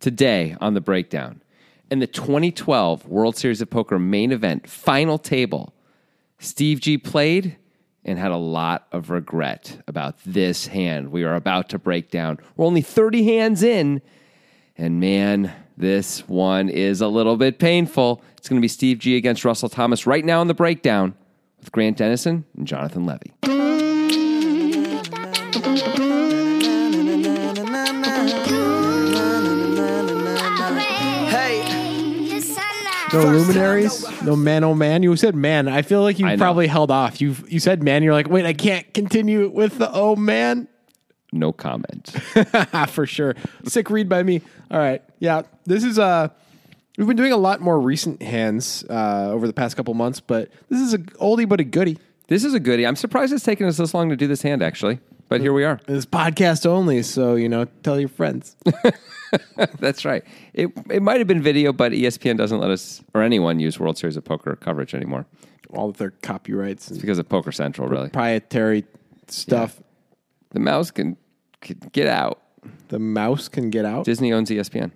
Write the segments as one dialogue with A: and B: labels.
A: today on the breakdown. In the 2012 World Series of Poker main event, final table, Steve G played and had a lot of regret about this hand we are about to break down. We're only 30 hands in, and man, this one is a little bit painful. It's going to be Steve G against Russell Thomas right now in the breakdown with Grant Dennison and Jonathan Levy.
B: No luminaries, no man. Oh man, you said man. I feel like you
A: I know.
B: probably held off. You you said man. You're like, wait, I can't continue with the oh man. Ah,
A: No comment.
B: for sure. Sick read by me. All right. Yeah. This is uh we've been doing a lot more recent hands uh over the past couple months, but this is a oldie but a goodie.
A: This is a goodie. I'm surprised it's taken us this long to do this hand, actually. But here we are.
B: It's podcast only, so you know, tell your friends.
A: That's right. It it might have been video, but E ESPN doesn't let us or anyone use World Series of Poker coverage anymore
B: All of their copyrights and
A: because of Poker Central. Really,
B: proprietary stuff.
A: the mouse can, can get out.
B: The mouse can get out.
A: Disney owns E ESPN.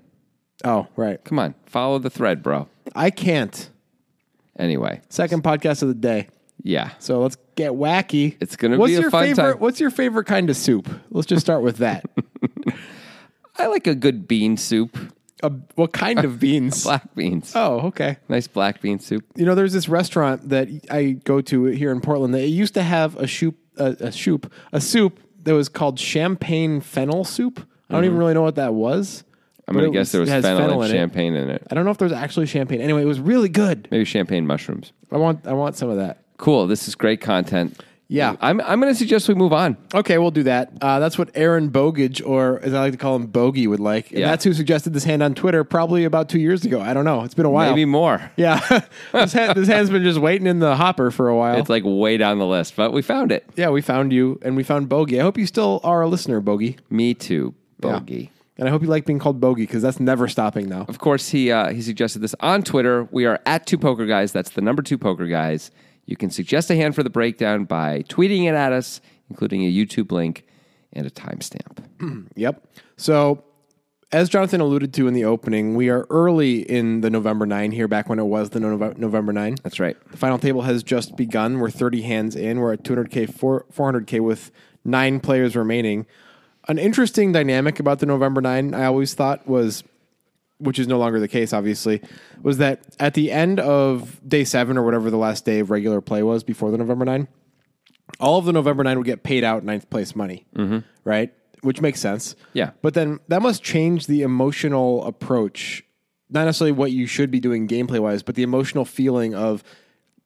B: oh, right.
A: Come on, follow the thread, bro.
B: I can't.
A: Anyway,
B: Second podcast of the day.
A: yeah,
B: So let's get wacky.
A: It's gonna
B: What's
A: be a
B: your
A: fun
B: favorite,
A: time.
B: What's your favorite kind of soup? Let's just start with that.
A: I like a good bean soup,
B: a, what kind of beans?
A: black beans,
B: Oh, okay.
A: nice black bean soup.
B: you know, there's this restaurant that I go to here in Portland that it used to have a soup, a, a soup, a soup that was called champagne fennel soup. I don't even really know what that was.
A: Mm-hmm. I'm gonna guess there was fennel, and
B: in it.
A: champagne in it.
B: I don't know if there's actually champagne. Anyway, it was really good.
A: Maybe champagne mushrooms.
B: I want, I want some of that.
A: Cool. This is great content.
B: Yeah.
A: I'm I'm gonna suggest we move on.
B: Okay, we'll do that. Uh, that's what Aaron Bogage, or as I like to call him, Bogey, would like. And
A: Yeah.
B: that's who suggested this hand on Twitter probably about two years ago. I don't know. It's been a while.
A: Maybe more.
B: Yeah. this, hand, this hand's been just waiting in the hopper for a while.
A: It's like way down the list, but we found it.
B: Yeah, we found you and we found Bogey. I hope you still are a listener, Bogey.
A: Me too, bogey.
B: And I hope you like being called Bogey because that's never stopping now.
A: Of course, he uh, he suggested this on Twitter. We are at Two Poker Guys. That's the number two Poker Guys. You can suggest a hand for the breakdown by tweeting it at us, including a YouTube link and a timestamp.
B: Yep. So, as Jonathan alluded to in the opening, we are early in the November 9 here, back when it was the Nov- November 9.
A: That's right.
B: The final table has just begun. We're 30 hands in. We're at 200K, four, 400K with nine players remaining. An interesting dynamic about the November 9, I always thought was, which is no longer the case, obviously, was that at the end of day seven or whatever the last day of regular play was before the November 9, all of the November 9 would get paid out ninth place money, right? Which makes sense.
A: Yeah.
B: But then that must change the emotional approach, not necessarily what you should be doing gameplay wise, but the emotional feeling of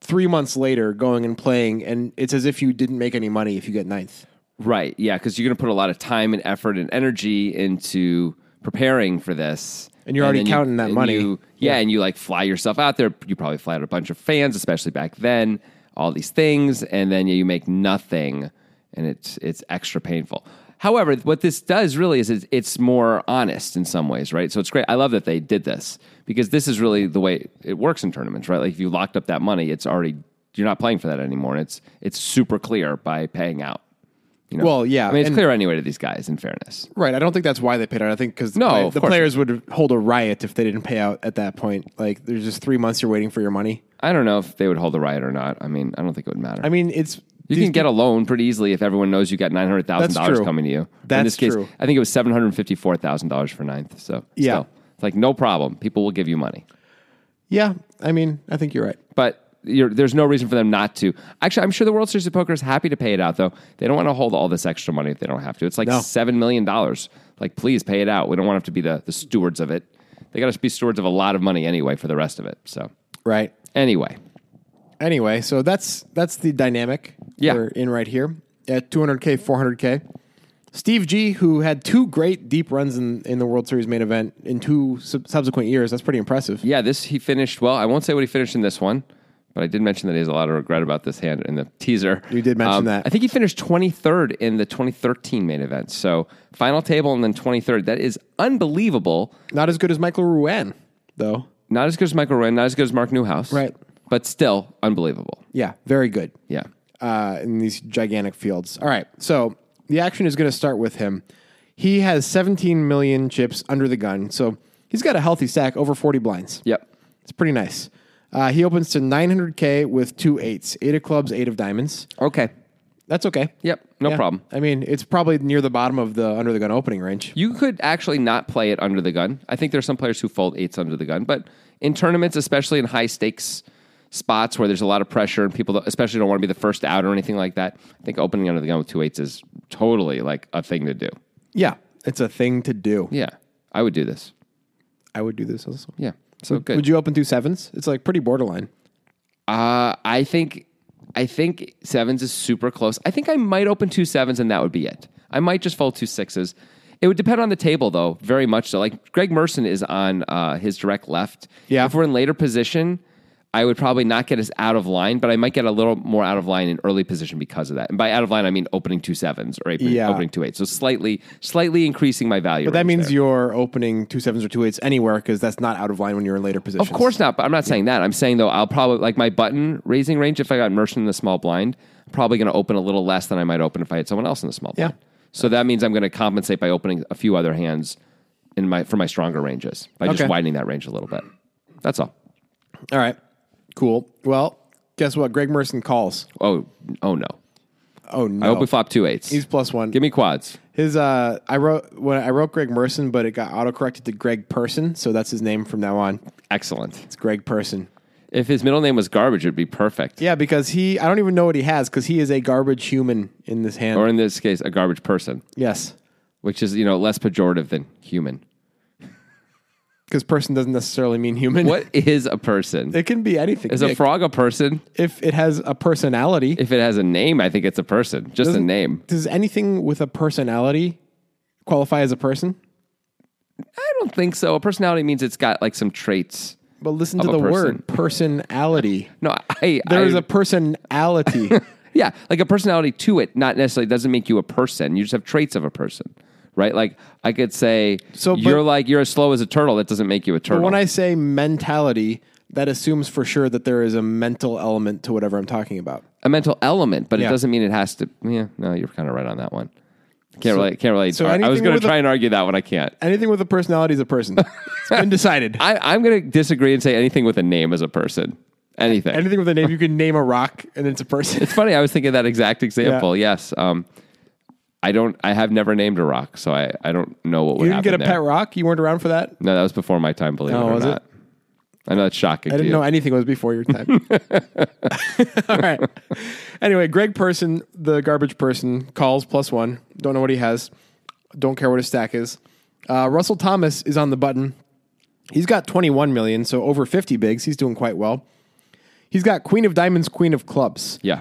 B: three months later going and playing, and it's as if you didn't make any money if you get ninth.
A: Right. Yeah, because you're going to put a lot of time and effort and energy into preparing for this.
B: And you're already
A: then
B: counting that
A: and
B: money.
A: you- yeah, and you like fly yourself out there. You probably fly out a bunch of fans, especially back then, all these things, and then you make nothing and it's it's extra painful. However, what this does really is it's, it's more honest in some ways, right? So it's great. I love that they did this because this is really the way it works in tournaments, right? Like if you locked up that money, it's already you're not playing for that anymore, and it's it's super clear by paying out. You know?
B: Well, yeah,
A: I mean, it's
B: and-
A: clear anyway to these guys. In fairness,
B: Right. I don't think that's why they paid out. I think because the,
A: No,
B: play-
A: of
B: the
A: course
B: players would hold a riot if they didn't pay out at that point. Like, there's just three months you're waiting for your money.
A: I don't know if they would hold the riot or not. I mean, I don't think it would matter.
B: I mean, it's.
A: you can get a loan pretty easily if everyone knows you got nine hundred thousand
B: That's
A: dollars
B: true.
A: coming to you. in
B: That's
A: this case,
B: true.
A: I think it was seven hundred fifty-four thousand dollars for ninth. So
B: Yeah.
A: still, it's like no problem. People will give you money,
B: yeah. I mean, I think you're right.
A: but you're, there's no reason for them not to. Actually, I'm sure the World Series of Poker is happy to pay it out, though. They don't want to hold all this extra money if they don't have to. It's like
B: No.
A: seven million dollars. Like, please pay it out. We don't want to have to be the, the stewards of it. They got to be stewards of a lot of money anyway for the rest of it. So
B: Right.
A: anyway,
B: anyway, so that's that's the dynamic
A: Yeah.
B: we're in right here at 200k, 400k. Steve G, who had two great deep runs in, in the World Series main event in two sub- subsequent years, that's pretty impressive.
A: Yeah, this he finished well. I won't say what he finished in this one, but I did mention that he has a lot of regret about this hand in the teaser. Um,
B: You did mention that.
A: I think he finished 23rd in the 2013 main event. So final table and then 23rd. That is unbelievable.
B: Not as good as Michael Ruan, though.
A: Not as good as Michael Wren, not as good as Mark Newhouse.
B: Right.
A: But still unbelievable.
B: Yeah, very good.
A: Yeah.
B: uh, in these gigantic fields. All right, so the action is going to start with him. He has 17 million chips under the gun, so He's got a healthy stack, over 40 blinds.
A: Yep.
B: It's pretty nice. Uh, he opens to 900K with two eights, eight of clubs, eight of diamonds.
A: Okay.
B: That's okay.
A: Yep. No
B: Yeah.
A: problem.
B: I mean, it's probably near the bottom of the under the gun opening range.
A: You could actually not play it under the gun. I think there's some players who fold eights under the gun, but in tournaments, especially in high stakes spots where there's a lot of pressure and people, don't- especially don't want to be the first out or anything like that, I think opening under the gun with two eights is totally like a thing to do.
B: Yeah, it's a thing to do.
A: Yeah, I would do this.
B: I would do this also.
A: Yeah, so good.
B: Would you open two sevens? It's like pretty borderline.
A: Uh, I think I think sevens is super close. I think I might open two sevens and that would be it. I might just fold two sixes. It would depend on the table though, very much so. Like Greg Merson is on uh, his direct left.
B: Yeah.
A: If we're in later position, I would probably not get us out of line, but I might get a little more out of line in early position because of that. And by out of line, I mean opening two sevens or opening,
B: Yeah.
A: opening two eights. So slightly, slightly increasing my value.
B: But that
A: range
B: means
A: there.
B: you're opening two sevens or two eights anywhere because that's not out of line when you're in later positions.
A: Of course not, but I'm not saying that. I'm saying though I'll probably like my button raising range if I got Merchant in the small blind, I'm probably going to open a little less than I might open if I had someone else in the small
B: Yeah.
A: blind. So that means I'm going to compensate by opening a few other hands in my for my stronger ranges by
B: Okay.
A: just widening that range a little bit. That's all.
B: All right. Cool. Well, guess what? Greg Merson calls.
A: Oh, oh no.
B: Oh no.
A: I hope we flop two eights.
B: He's plus one.
A: Give me quads.
B: His uh, I wrote when I wrote Greg Merson, but it got autocorrected to Greg Person, so that's his name from now on.
A: Excellent.
B: It's Greg Person.
A: If his middle name was garbage, it'd be perfect.
B: Yeah, because he I don't even know what he has because he is a garbage human in this hand.
A: Or in this case, a garbage person,
B: yes,
A: which is you know less pejorative than human.
B: because person doesn't necessarily mean human.
A: What is a person?
B: It can be anything.
A: Is a
B: Nick.
A: frog a person?
B: if it has a personality.
A: If it has a name, I think it's a person. Just a name.
B: Does anything with a personality qualify as a person?
A: I don't think so. A personality means it's got like some traits.
B: But listen to
A: a
B: the
A: person.
B: word personality.
A: No, I
B: There
A: I,
B: is a personality.
A: yeah, like a personality to it. Not necessarily doesn't make you a person. You just have traits of a person, right? Like I could say,
B: So, but-
A: you're like you're as slow as a turtle. That doesn't make you a turtle.
B: when I say mentality, that assumes for sure that there is a mental element to whatever I'm talking about.
A: a mental element, but
B: Yeah.
A: it doesn't mean it has to. Yeah, no, you're kind of right on that one. Can't really, can't really.
B: so
A: I was
B: anything
A: going to
B: with a-
A: try and argue that one. I can't.
B: Anything with a personality is a person. it's been decided.
A: I, I'm going to disagree and say anything with a name as a person. Anything.
B: Anything with a name, you can name a rock and it's a person.
A: It's funny. I was thinking that exact example. Yes. Um, I don't. I have never named a rock, so I, I don't know what would
B: You didn't
A: happen
B: get a
A: there.
B: pet rock. You weren't around for that.
A: No, that was before my time. Believe
B: Oh,
A: it or
B: was it?
A: not. I know that's shocking.
B: I
A: to
B: didn't
A: you.
B: know anything was before your time. All right. Anyway, Greg Person, the garbage person, calls plus one. Don't know what he has. Don't care what his stack is. Uh, Russell Thomas is on the button. He's got 21 million, so over 50 bigs. He's doing quite well. He's got Queen of Diamonds, Queen of Clubs.
A: Yeah.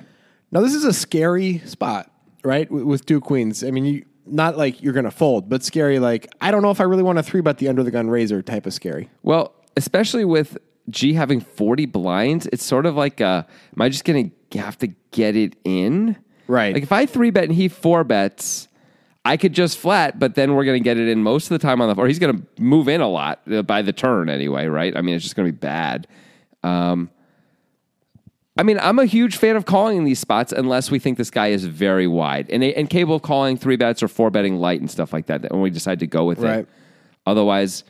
B: Now, this is a scary spot, right? With, with two queens. I mean, you, not like you're going to fold, but scary, like, I don't know if I really want to three bet the under the gun razor type of scary.
A: Well, especially with G having 40 blinds, it's sort of like, uh, am I just going to have to get it in?
B: Right.
A: Like if I three bet and he four bets, I could just flat, but then we're going to get it in most of the time on the or he's going to move in a lot uh, by the turn anyway, right? I mean, it's just going to be bad. Um, I mean, I'm a huge fan of calling these spots unless we think this guy is very wide and and cable calling three bets or four betting light and stuff like that. That when we decide to go with
B: Right.
A: it, otherwise,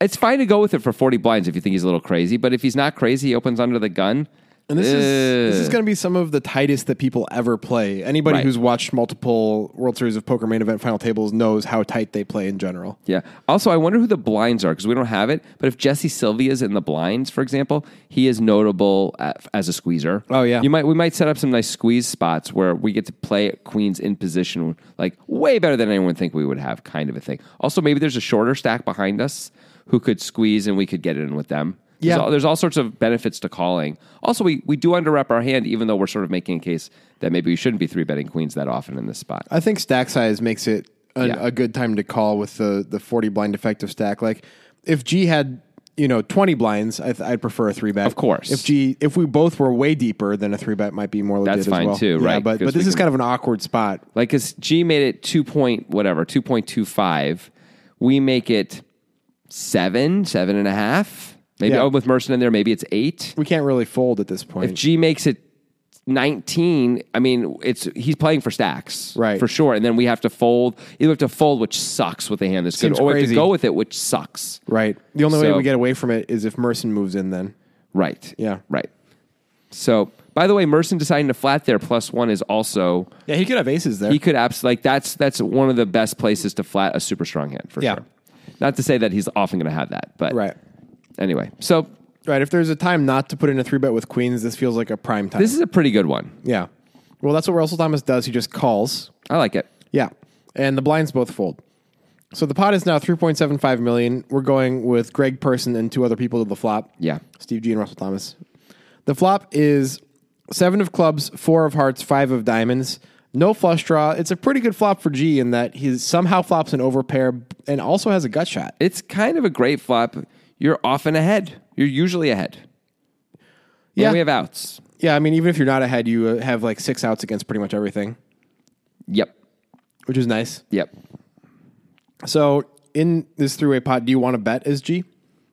A: it's fine to go with it for 40 blinds if you think he's a little crazy. But if he's not crazy, he opens under the gun.
B: And this is this is
A: Ugh.
B: going to be some of the tightest that people ever play. Anybody
A: Right.
B: who's watched multiple World Series of Poker main event final tables knows how tight they play in general.
A: Yeah. Also, I wonder who the blinds are because we don't have it. But if Jesse Sylvia is in the blinds, for example, he is notable a- as a squeezer.
B: Oh, yeah.
A: You might we might set up some nice squeeze spots where we get to play queens in position like way better than anyone would think we would have, kind of a thing. Also, maybe there's a shorter stack behind us who could squeeze and we could get in with them. There's
B: Yeah.
A: all, there's all sorts of benefits to calling. Also, we, we do underrep our hand, even though we're sort of making a case that maybe we shouldn't be three betting queens that often in this spot.
B: I think stack size makes it a,
A: Yeah.
B: a good time to call with the the forty blind effective stack. Like if G had you know twenty blinds, I th- I'd prefer a three bet.
A: Of course.
B: if G if we both were way deeper, then a three bet might be more legit.
A: That's
B: as
A: fine
B: well.
A: too,
B: Yeah,
A: right,
B: But but
A: because
B: this
A: we
B: is
A: can-
B: kind of an awkward spot.
A: Like, because G made it two point whatever, two point two five. We make it seven, seven and a half. Maybe
B: Yeah.
A: oh, with Merchant in there, maybe it's eight.
B: We can't really fold at this point.
A: If G makes it 19, I mean, it's he's playing for stacks,
B: Right.
A: For sure. And then we have to fold. Either we have to fold, which sucks with a hand that's
B: Seems
A: good, or we have
B: crazy.
A: to go with it, which sucks.
B: Right. The only way
A: So-
B: we get away from it is if Merson moves in. Then
A: Right.
B: Yeah.
A: Right. So, by the way, Merson deciding to flat there plus one is also
B: yeah, he could have aces there.
A: he could abs like that's that's one of the best places to flat a super strong hand for
B: Yeah.
A: sure. Not to say that he's often going to have that, but
B: Right.
A: Anyway, so
B: right. If there's a time not to put in a three bet with queens, this feels like a prime time.
A: this is a pretty good one.
B: yeah. Well, that's what Russell Thomas does. He just calls.
A: I like it.
B: Yeah. And the blinds both fold. So the pot is now 3.75 million. We're going with Greg Person and two other people to the flop.
A: Yeah.
B: Steve G and Russell Thomas. The flop is seven of clubs, four of hearts, five of diamonds. No flush draw. It's a pretty good flop for G in that he somehow flops an overpair and also has a gut shot.
A: It's kind of a great flop. You're often ahead. You're usually ahead. Yeah,
B: Yeah.
A: we have outs.
B: Yeah, I mean, even if you're not ahead, you uh, have like six outs against pretty much everything,
A: Yep.
B: which is nice.
A: Yep.
B: So in this three way pot, do you want to bet as G?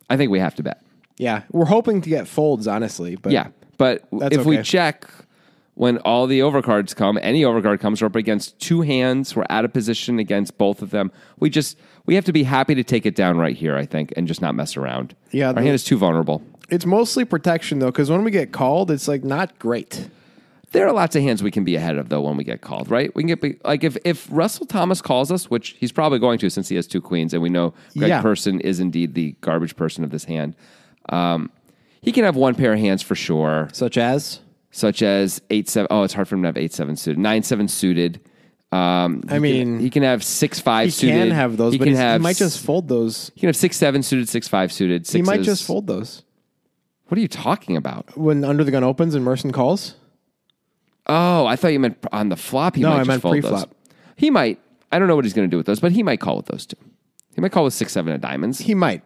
A: I think we have to bet.
B: Yeah, we're hoping to get folds, honestly. But
A: Yeah, but
B: That's
A: if we
B: okay.
A: check when all the overcards come, any overcard comes, we're up against two hands. We're out of position against both of them. We just we have to be happy to take it down right here, I think, and just not mess around.
B: Yeah,
A: our
B: the-
A: hand is too vulnerable.
B: It's mostly protection though, because when we get called, it's like not great.
A: There are lots of hands we can be ahead of though when we get called, right? We can get be, like if if Russell Thomas calls us, which he's probably going to since he has two queens, and we know Greg
B: Yeah.
A: Person is indeed the garbage person of this hand. Um, he can have one pair of hands for sure.
B: Such as,
A: such as eight seven oh, it's hard for him to have eight seven suited, nine seven suited. Um, I
B: mean,
A: he can have six five
B: he
A: suited.
B: can have those,
A: He
B: but
A: can
B: he's-
A: have
B: he might just
A: s-
B: fold those.
A: he can have six seven suited, six five suited. Sixes.
B: He might just fold those
A: What are you talking about?
B: when under the gun opens and Merson calls.
A: Oh, I thought you meant on the flop. He
B: No,
A: might
B: I
A: just
B: meant
A: fold
B: pre-flop.
A: Those. He might. I don't know what he's going to do with those, but he might call with those two. He might call with six seven of diamonds
B: He might.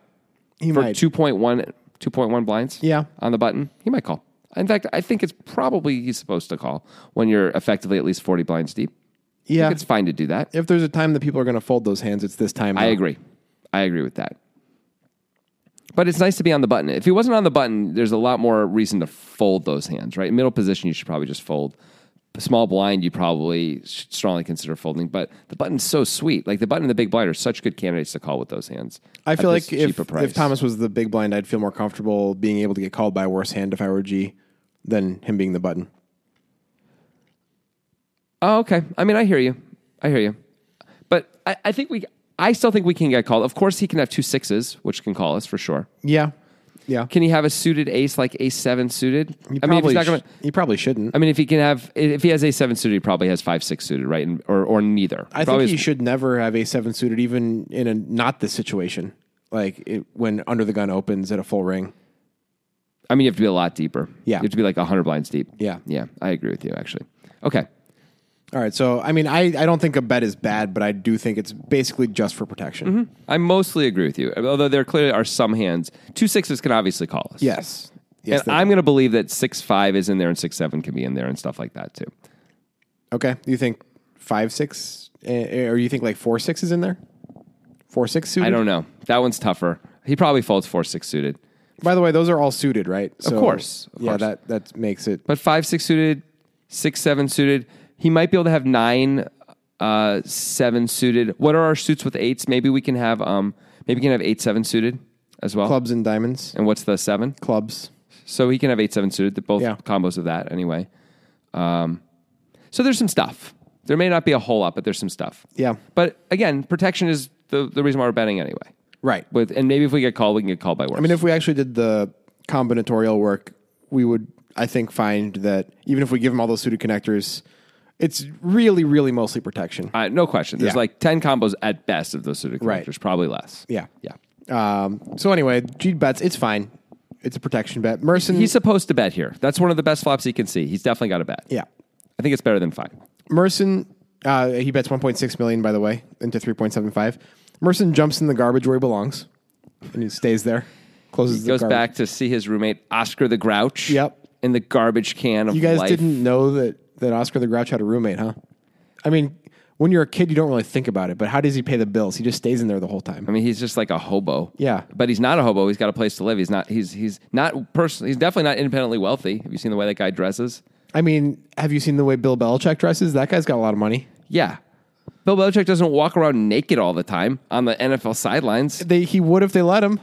B: He
A: for
B: might.
A: 2.1, 2.1 blinds.
B: Yeah.
A: on the button, he might call. In fact, I think it's probably he's supposed to call when you're effectively at least forty blinds deep. I
B: yeah.
A: think it's fine to do that.
B: If there's a time that people are going to fold those hands, it's this time.
A: I
B: though.
A: agree. I agree with that. But it's nice to be on the button. If he wasn't on the button, there's a lot more reason to fold those hands, right? Middle position, you should probably just fold. Small blind, you probably should strongly consider folding. But the button's so sweet. Like the button and the big blind are such good candidates to call with those hands.
B: I
A: at
B: feel
A: this
B: like if,
A: cheaper price.
B: if Thomas was the big blind, I'd feel more comfortable being able to get called by a worse hand if I were G than him being the button.
A: Oh, okay. I mean, I hear you. I hear you. But I, I think we. I still think we can get called. Of course, he can have two sixes, which can call us for sure.
B: Yeah. Yeah.
A: Can he have a suited ace like ace seven suited?
B: He
A: I mean, if he's
B: probably
A: not
B: sh-
A: going to.
B: he probably shouldn't.
A: I mean, if he can have, if he has a seven suited, he probably has five six suited, right? And, or or neither.
B: I
A: Probably
B: think he
A: has-
B: should never have a seven suited, even in a not this situation, like it, when under the gun opens at a full ring.
A: I mean, you have to be a lot deeper.
B: Yeah.
A: you have to be like hundred blinds deep.
B: Yeah.
A: yeah. I agree with you actually. Okay,
B: All right, so I mean, I, I don't think a bet is bad, but I do think it's basically just for protection.
A: I mostly agree with you. Although there clearly are some hands. Two sixes can obviously call us.
B: Yes, yes.
A: and
B: they-
A: I'm going to believe that six five is in there and six seven can be in there and stuff like that too.
B: okay, you think five six, eh, or you think like four six is in there? Four six suited.
A: I don't know. That one's tougher. He probably folds four six suited,
B: By the way, those are all suited, right? So,
A: course, of
B: yeah,
A: course.
B: that that makes it.
A: but five six suited, six seven suited. He might be able to have nine, uh, seven suited. What are our suits with eights? Maybe we can have um, maybe we can have eight seven suited as well.
B: Clubs and diamonds,
A: And what's the seven?
B: clubs.
A: So he can have eight seven suited. They're both
B: Yeah.
A: combos of that anyway. Um, so there's some stuff. There may not be a whole lot, but there's some stuff.
B: Yeah.
A: But again, protection is the, the reason why we're betting anyway.
B: Right.
A: With and maybe if we get called, we can get called by worse.
B: I mean, if we actually did the combinatorial work, we would, I think, find that even if we give them all those suited connectors, it's really, really mostly protection.
A: Uh, no question. There's
B: Yeah.
A: like 10 combos at best of those suited
B: Right.
A: collectors, probably less.
B: Yeah.
A: Yeah.
B: Um, so anyway, G bets. It's fine. It's a protection bet. Merson.
A: He's supposed to bet here. That's one of the best flops he can see. He's definitely got a bet.
B: yeah.
A: I think it's better than five.
B: Merson. Uh, he bets 1.6 million, by the way, into 3.75. Merson jumps in the garbage where he belongs, and he stays there. Closes.
A: Goes
B: the garbage.
A: back to see his roommate, Oscar the Grouch.
B: Yep.
A: In the garbage can of
B: You guys
A: life.
B: didn't know that that Oscar the Grouch had a roommate, huh? I mean, when you're a kid, you don't really think about it. But how does he pay the bills? He just stays in there the whole time.
A: I mean, he's just like a hobo.
B: Yeah.
A: But he's not a hobo. He's got a place to live. He's not, he's, he's not personally, he's definitely not independently wealthy. Have you seen the way that guy dresses?
B: I mean, have you seen the way Bill Belichick dresses? That guy's got a lot of money.
A: Yeah. Bill Belichick doesn't walk around naked all the time on the NFL sidelines.
B: They, he would if they let him.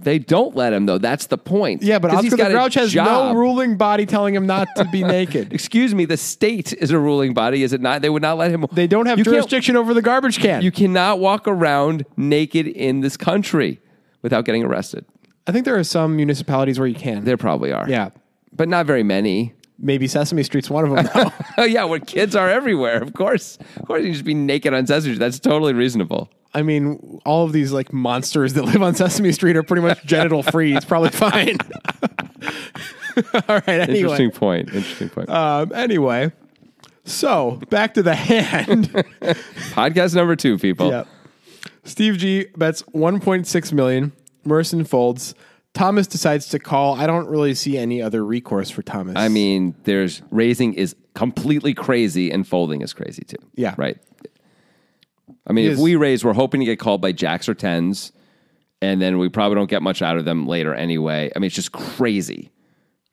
A: They don't let him though. That's the point.
B: Yeah, but
A: 'Cause he's
B: Oscar the
A: got a
B: Grouch has
A: job.
B: no ruling body telling him not to be naked.
A: Excuse me, the state is a ruling body, is it not? They would not let him.
B: They don't have
A: You can't-
B: jurisdiction over the garbage can.
A: You cannot walk around naked in this country without getting arrested.
B: I think there are some municipalities where you can.
A: There probably are.
B: yeah,
A: But not very many.
B: maybe Sesame Street's one of them.
A: Oh, yeah, where kids are everywhere. Of course. Of course, you can just be naked on Sesame Street. That's totally reasonable.
B: I mean, all of these like monsters that live on Sesame Street are pretty much genital free. It's probably fine. all right. Anyway.
A: Interesting point. Interesting point.
B: Um, anyway, so back to the hand.
A: Podcast number two, people.
B: yep. Steve G bets 1.6 million. Merson folds. Thomas decides to call. I don't really see any other recourse for Thomas.
A: I mean, there's raising is completely crazy and folding is crazy too.
B: Yeah.
A: Right. I mean, if
B: is-
A: we raise, we're hoping to get called by jacks or tens, and then we probably don't get much out of them later anyway. I mean, it's just crazy.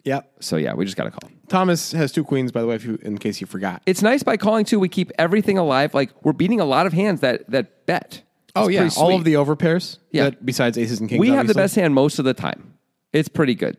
B: yep.
A: So yeah, we just got to call.
B: Thomas has two queens, by the way, if you, in case you forgot.
A: It's nice by calling too. We keep everything alive. Like we're beating a lot of hands that that bet.
B: oh
A: It's
B: yeah,
A: pretty
B: all
A: sweet.
B: of the overpairs.
A: Yeah.
B: that- besides aces and kings,
A: We have the
B: obviously.
A: best hand most of the time. It's pretty good.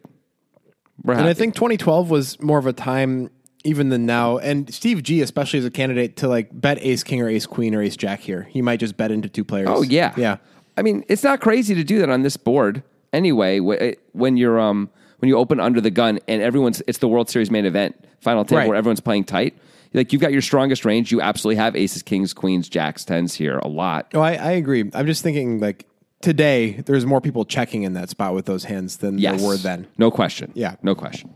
A: We're
B: And I
A: happy.
B: think 2012 was more of a time even than now. And Steve G, especially as a candidate to like bet ace king or ace queen or ace jack here, he might just bet into two players.
A: Oh yeah,
B: yeah.
A: I mean, it's not crazy to do that on this board anyway. wh- it- When you're um when you open under the gun and everyone's it's the World Series main event final table
B: Right.
A: where everyone's playing tight. Like you've got your strongest range. You absolutely have aces, kings, queens, jacks, tens here a lot.
B: No, I, I agree. I'm just thinking like today, there's more people checking in that spot with those hands than
A: Yes,
B: there were then.
A: no question.
B: Yeah.
A: no question.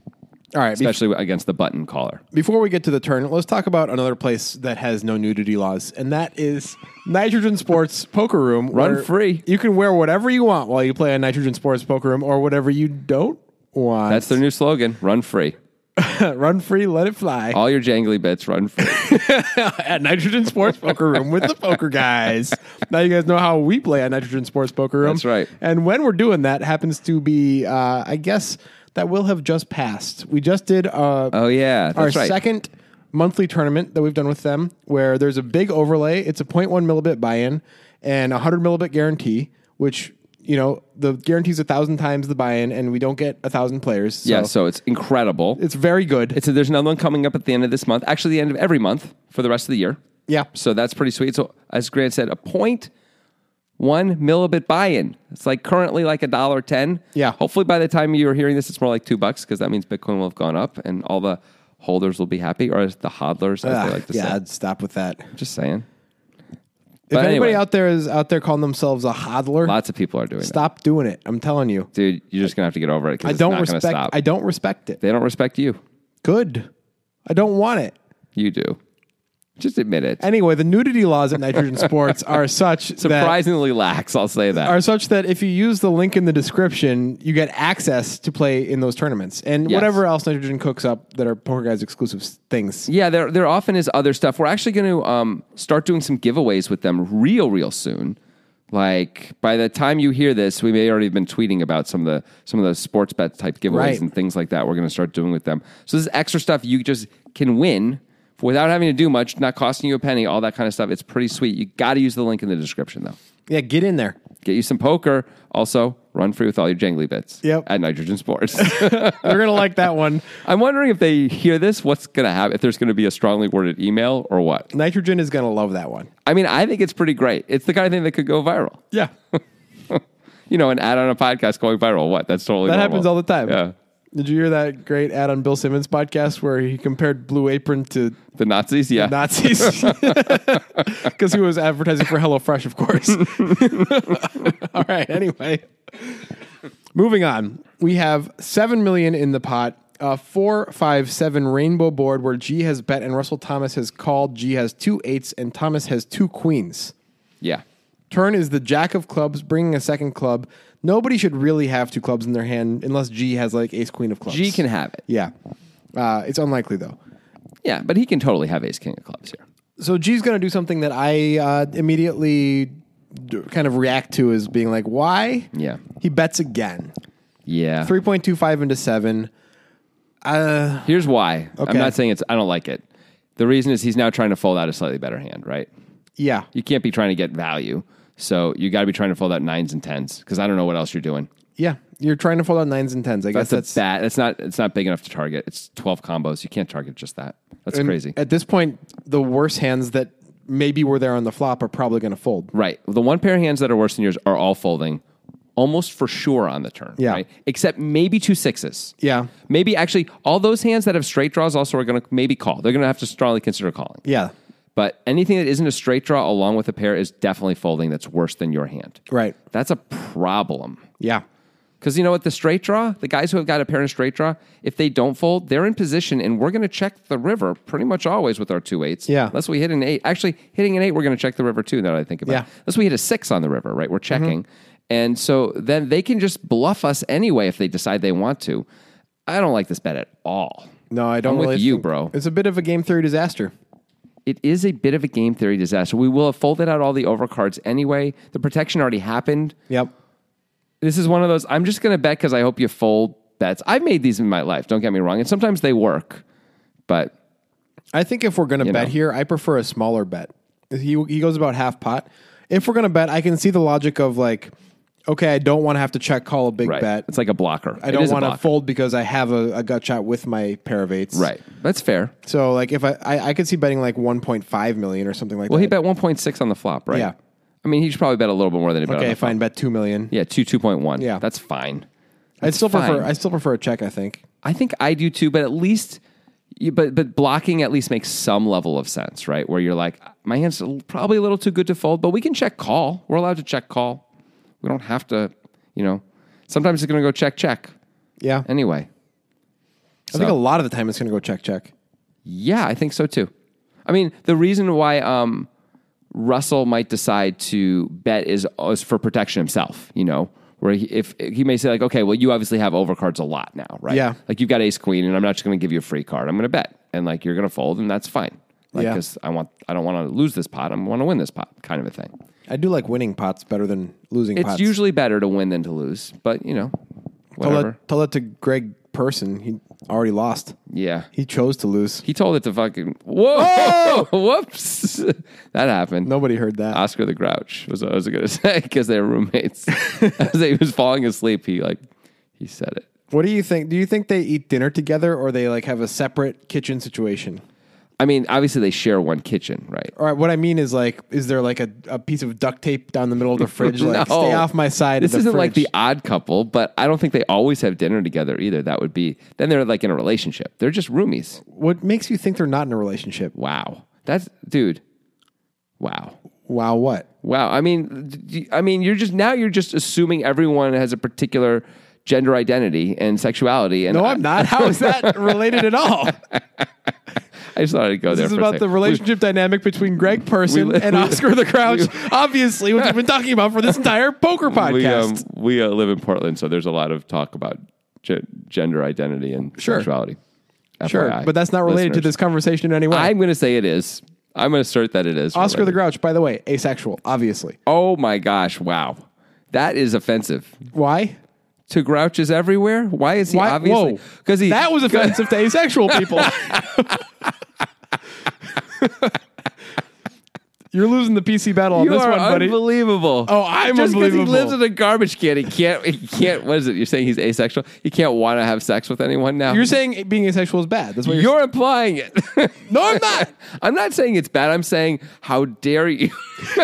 B: All right. bef-
A: Especially against the button caller.
B: before we get to the turn, let's talk about another place that has no nudity laws, and that is Nitrogen Sports Poker Room.
A: Run
B: where
A: free.
B: You can wear whatever you want while you play a Nitrogen Sports Poker Room, or whatever you don't want.
A: That's their new slogan: "Run free."
B: run free, let it fly.
A: All your jangly bits, run free.
B: at Nitrogen Sports Poker Room with the poker guys. Now you guys know how we play at Nitrogen Sports Poker Room.
A: That's right.
B: And when we're doing that, happens to be, uh, I guess, that will have just passed. We just did uh,
A: Oh yeah, that's
B: our
A: right.
B: second monthly tournament that we've done with them, where there's a big overlay. It's a 0.1 millibit buy-in and a 100 millibit guarantee, which you know the guarantee's a thousand times the buy-in, and we don't get a thousand players. So
A: yeah, so it's incredible.
B: it's very good.
A: It's there's another one coming up at the end of this month. Actually, the end of every month for the rest of the year.
B: yeah.
A: So that's pretty sweet. So as Grant said, a point one millibit buy-in. It's like currently like a dollar ten.
B: Yeah.
A: Hopefully by the time you're hearing this, it's more like two bucks because that means Bitcoin will have gone up and all the holders will be happy, or as the hodlers, as
B: Ah,
A: they like to
B: yeah,
A: say.
B: I'd stop with that.
A: Just saying.
B: If
A: But
B: anybody
A: anyway.
B: out there is out there calling themselves a hodler,
A: Lots of people are doing that.
B: stop doing it. I'm telling you.
A: Dude, you're just gonna have to get over it because
B: I
A: it's
B: don't
A: not
B: respect
A: gonna stop.
B: I don't respect it.
A: they don't respect you.
B: Good. I don't want it.
A: You do. Just admit it.
B: Anyway, the nudity laws at Nitrogen Sports are such that
A: Surprisingly lax, I'll say that.
B: are such that if you use the link in the description, you get access to play in those tournaments and
A: Yes.
B: whatever else Nitrogen cooks up that are Poker Guys exclusive s- things.
A: Yeah, there there often is other stuff. We're actually going to um, start doing some giveaways with them real real soon. Like by the time you hear this, we may already have been tweeting about some of the some of the sports bet type giveaways
B: Right.
A: and things like that. We're going to start doing with them. So this is extra stuff you just can win for- without having to do much, not costing you a penny, all that kind of stuff. It's pretty sweet. You got to use the link in the description though.
B: Yeah, get in there.
A: Get you some poker. Also, run free with all your jangly bits.
B: Yep.
A: At Nitrogen Sports.
B: You're going to like that one.
A: I'm wondering if they hear this, what's going to happen? If there's going to be a strongly worded email or what?
B: Nitrogen is going to love that one.
A: I mean, I think it's pretty great. It's the kind of thing that could go viral.
B: Yeah.
A: You know, an ad on a podcast going viral. What? That's totally
B: That
A: normal.
B: happens all the time.
A: Yeah,
B: Did you hear that great ad on Bill Simmons podcast where he compared Blue Apron to
A: the Nazis. Yeah,
B: Nazis because he was advertising for HelloFresh, of course. All right. Anyway, moving on. We have seven million in the pot. Uh, four, five, seven rainbow board where G has bet and Russell Thomas has called. G has two eights and Thomas has two queens.
A: yeah.
B: Turn is the jack of clubs, bringing a second club. Nobody should really have two clubs in their hand unless G has like ace queen of clubs.
A: G can have it.
B: yeah. Uh, it's unlikely though.
A: Yeah, but he can totally have ace king of clubs here.
B: so G's going to do something that I uh, immediately d- kind of react to as being like, why?
A: Yeah.
B: He bets again.
A: Yeah,
B: 3.25 into 7. Uh,
A: Here's why.
B: Okay.
A: I'm not saying it's. I don't like it. The reason is he's now trying to fold out a slightly better hand, right?
B: yeah.
A: You can't be trying to get value, so you got to be trying to fold out nines and tens because I don't know what else you're doing.
B: Yeah. You're trying to fold out nines and tens. I guess
A: That's,
B: that's
A: a bad. That's not. It's not big enough to target. It's 12 combos. You can't target just that. That's
B: and
A: crazy.
B: At this point, the worse hands that maybe were there on the flop are probably going to fold.
A: Right. The one pair of hands that are worse than yours are all folding almost for sure on the turn.
B: Yeah.
A: Right? Except maybe two sixes.
B: Yeah.
A: Maybe actually all those hands that have straight draws also are going to maybe call. They're going to have to strongly consider calling.
B: Yeah.
A: But anything that isn't a straight draw along with a pair is definitely folding that's worse than your hand.
B: Right.
A: That's a problem.
B: Yeah.
A: Because you know what? The straight draw, the guys who have got a pair in straight draw, if they don't fold, they're in position and we're going to check the river pretty much always with our two eights.
B: Yeah.
A: Unless we hit an eight. Actually, hitting an eight, we're going to check the river too, now that I think about
B: Yeah. Mm-hmm.
A: it. Unless we hit a six on the river, right? We're checking. And so then they can just bluff us anyway if they decide they want to. I don't like this bet at all.
B: No, I don't
A: I'm with
B: really
A: you,
B: think-
A: bro.
B: It's a bit of a game theory disaster.
A: It is a bit of a game theory disaster. We will have folded out all the overcards anyway. The protection already happened.
B: Yep.
A: this is one of those I'm just going to bet because I hope you fold bets. I've made these in my life. Don't get me wrong, and sometimes they work, but
B: I think if we're going to bet
A: know.
B: here, I prefer a smaller bet. He he goes about half pot. If we're going to bet, I can see the logic of like, okay, I don't want to have to check call a big
A: right,
B: bet.
A: it's like a blocker.
B: I don't want to fold because I have a, a gut shot with my pair of eights.
A: Right, that's fair.
B: So like if I I, I could see betting like 1.5 million or something like
A: Well,
B: that.
A: he bet 1.6 on the flop, right?
B: Yeah.
A: I mean, he should probably bet a little bit more than he bet. on
B: okay,
A: the flop.
B: fine, bet 2 million.
A: Yeah, two two point one.
B: Yeah.
A: that's fine.
B: I still prefer
A: fine.
B: I still prefer a check, I think.
A: I think I do too, but at least, you, but but blocking at least makes some level of sense, right? Where you're like, my hand's probably a little too good to fold, but we can check call. We're allowed to check call. We don't have to, you know. Sometimes it's going to go check check.
B: Yeah.
A: Anyway,
B: I think a
A: so-
B: lot of the time it's going to go check check.
A: yeah, I think so too. I mean, the reason why um, Russell might decide to bet is, is for protection himself. You know, where he, if he may say like, okay, well, you obviously have overcards a lot now, right?
B: Yeah.
A: Like you've got ace queen, and I'm not just going to give you a free card. I'm going to bet, and like you're going to fold, and that's fine. Like,
B: Yeah.
A: Cause I want, I don't want to lose this pot. I want to win this pot, kind of a thing.
B: I do like winning pots better than losing
A: It's
B: pots.
A: usually better to win than to lose, but you know,
B: tell
A: whatever.
B: that, tell that to Greg Person. He already lost.
A: Yeah.
B: He chose to lose.
A: He told it to fucking whoa, whoops, that happened.
B: Nobody heard that.
A: Oscar the Grouch was what I was gonna say because they were roommates. As he was falling asleep, he like he said it.
B: What do you think? Do you think they eat dinner together or they like have a separate kitchen situation?
A: I mean, obviously they share one kitchen, right?
B: All right, what I mean is like, is there like a, a piece of duct tape down the middle of the fridge? Like,
A: No.
B: stay off my side.
A: This
B: of the
A: isn't like
B: fridge."
A: the odd couple, but I don't think they always have dinner together either. That would be then they're like in a relationship. They're just roomies.
B: What makes you think they're not in a relationship?
A: Wow, that's dude. Wow,
B: Wow, what?
A: wow. I mean, d- d- I mean, you're just now you're just assuming everyone has a particular gender identity and sexuality. And
B: No,
A: I,
B: I'm not. How is that related at all?
A: I just thought I'd go there.
B: This is
A: for a
B: about the
A: second.
B: relationship dynamic between Greg Person
A: we-
B: and
A: we-
B: Oscar the Crouch. obviously, which we've been talking about for this entire poker
A: we um,
B: podcast.
A: we uh, live in Portland, so there's a lot of talk about ge- gender identity and
B: Sure.
A: sexuality.
B: sure,
A: FYI,
B: but that's not related to
A: listeners.
B: this conversation in any way.
A: I'm going to say it is. I'm going to assert that it is.
B: Oscar the
A: related.
B: Grouch, by the way, asexual, obviously.
A: Oh my gosh! Wow, that is offensive
B: Why?
A: to grouches everywhere. Why is he
B: Why?
A: obviously?
B: Whoa.
A: Because he
B: That was offensive to asexual people. You're losing the PC battle on
A: You
B: this
A: are
B: one, buddy.
A: unbelievable.
B: Oh, I'm
A: Just 'cause
B: unbelievable.
A: he lives in a garbage can, he can't. He can't. What is it? You're saying he's asexual? He can't want to have sex with anyone now.
B: You're saying being asexual is bad. That's what you're,
A: You're implying it.
B: No, I'm not.
A: I'm not saying it's bad. I'm saying how dare you.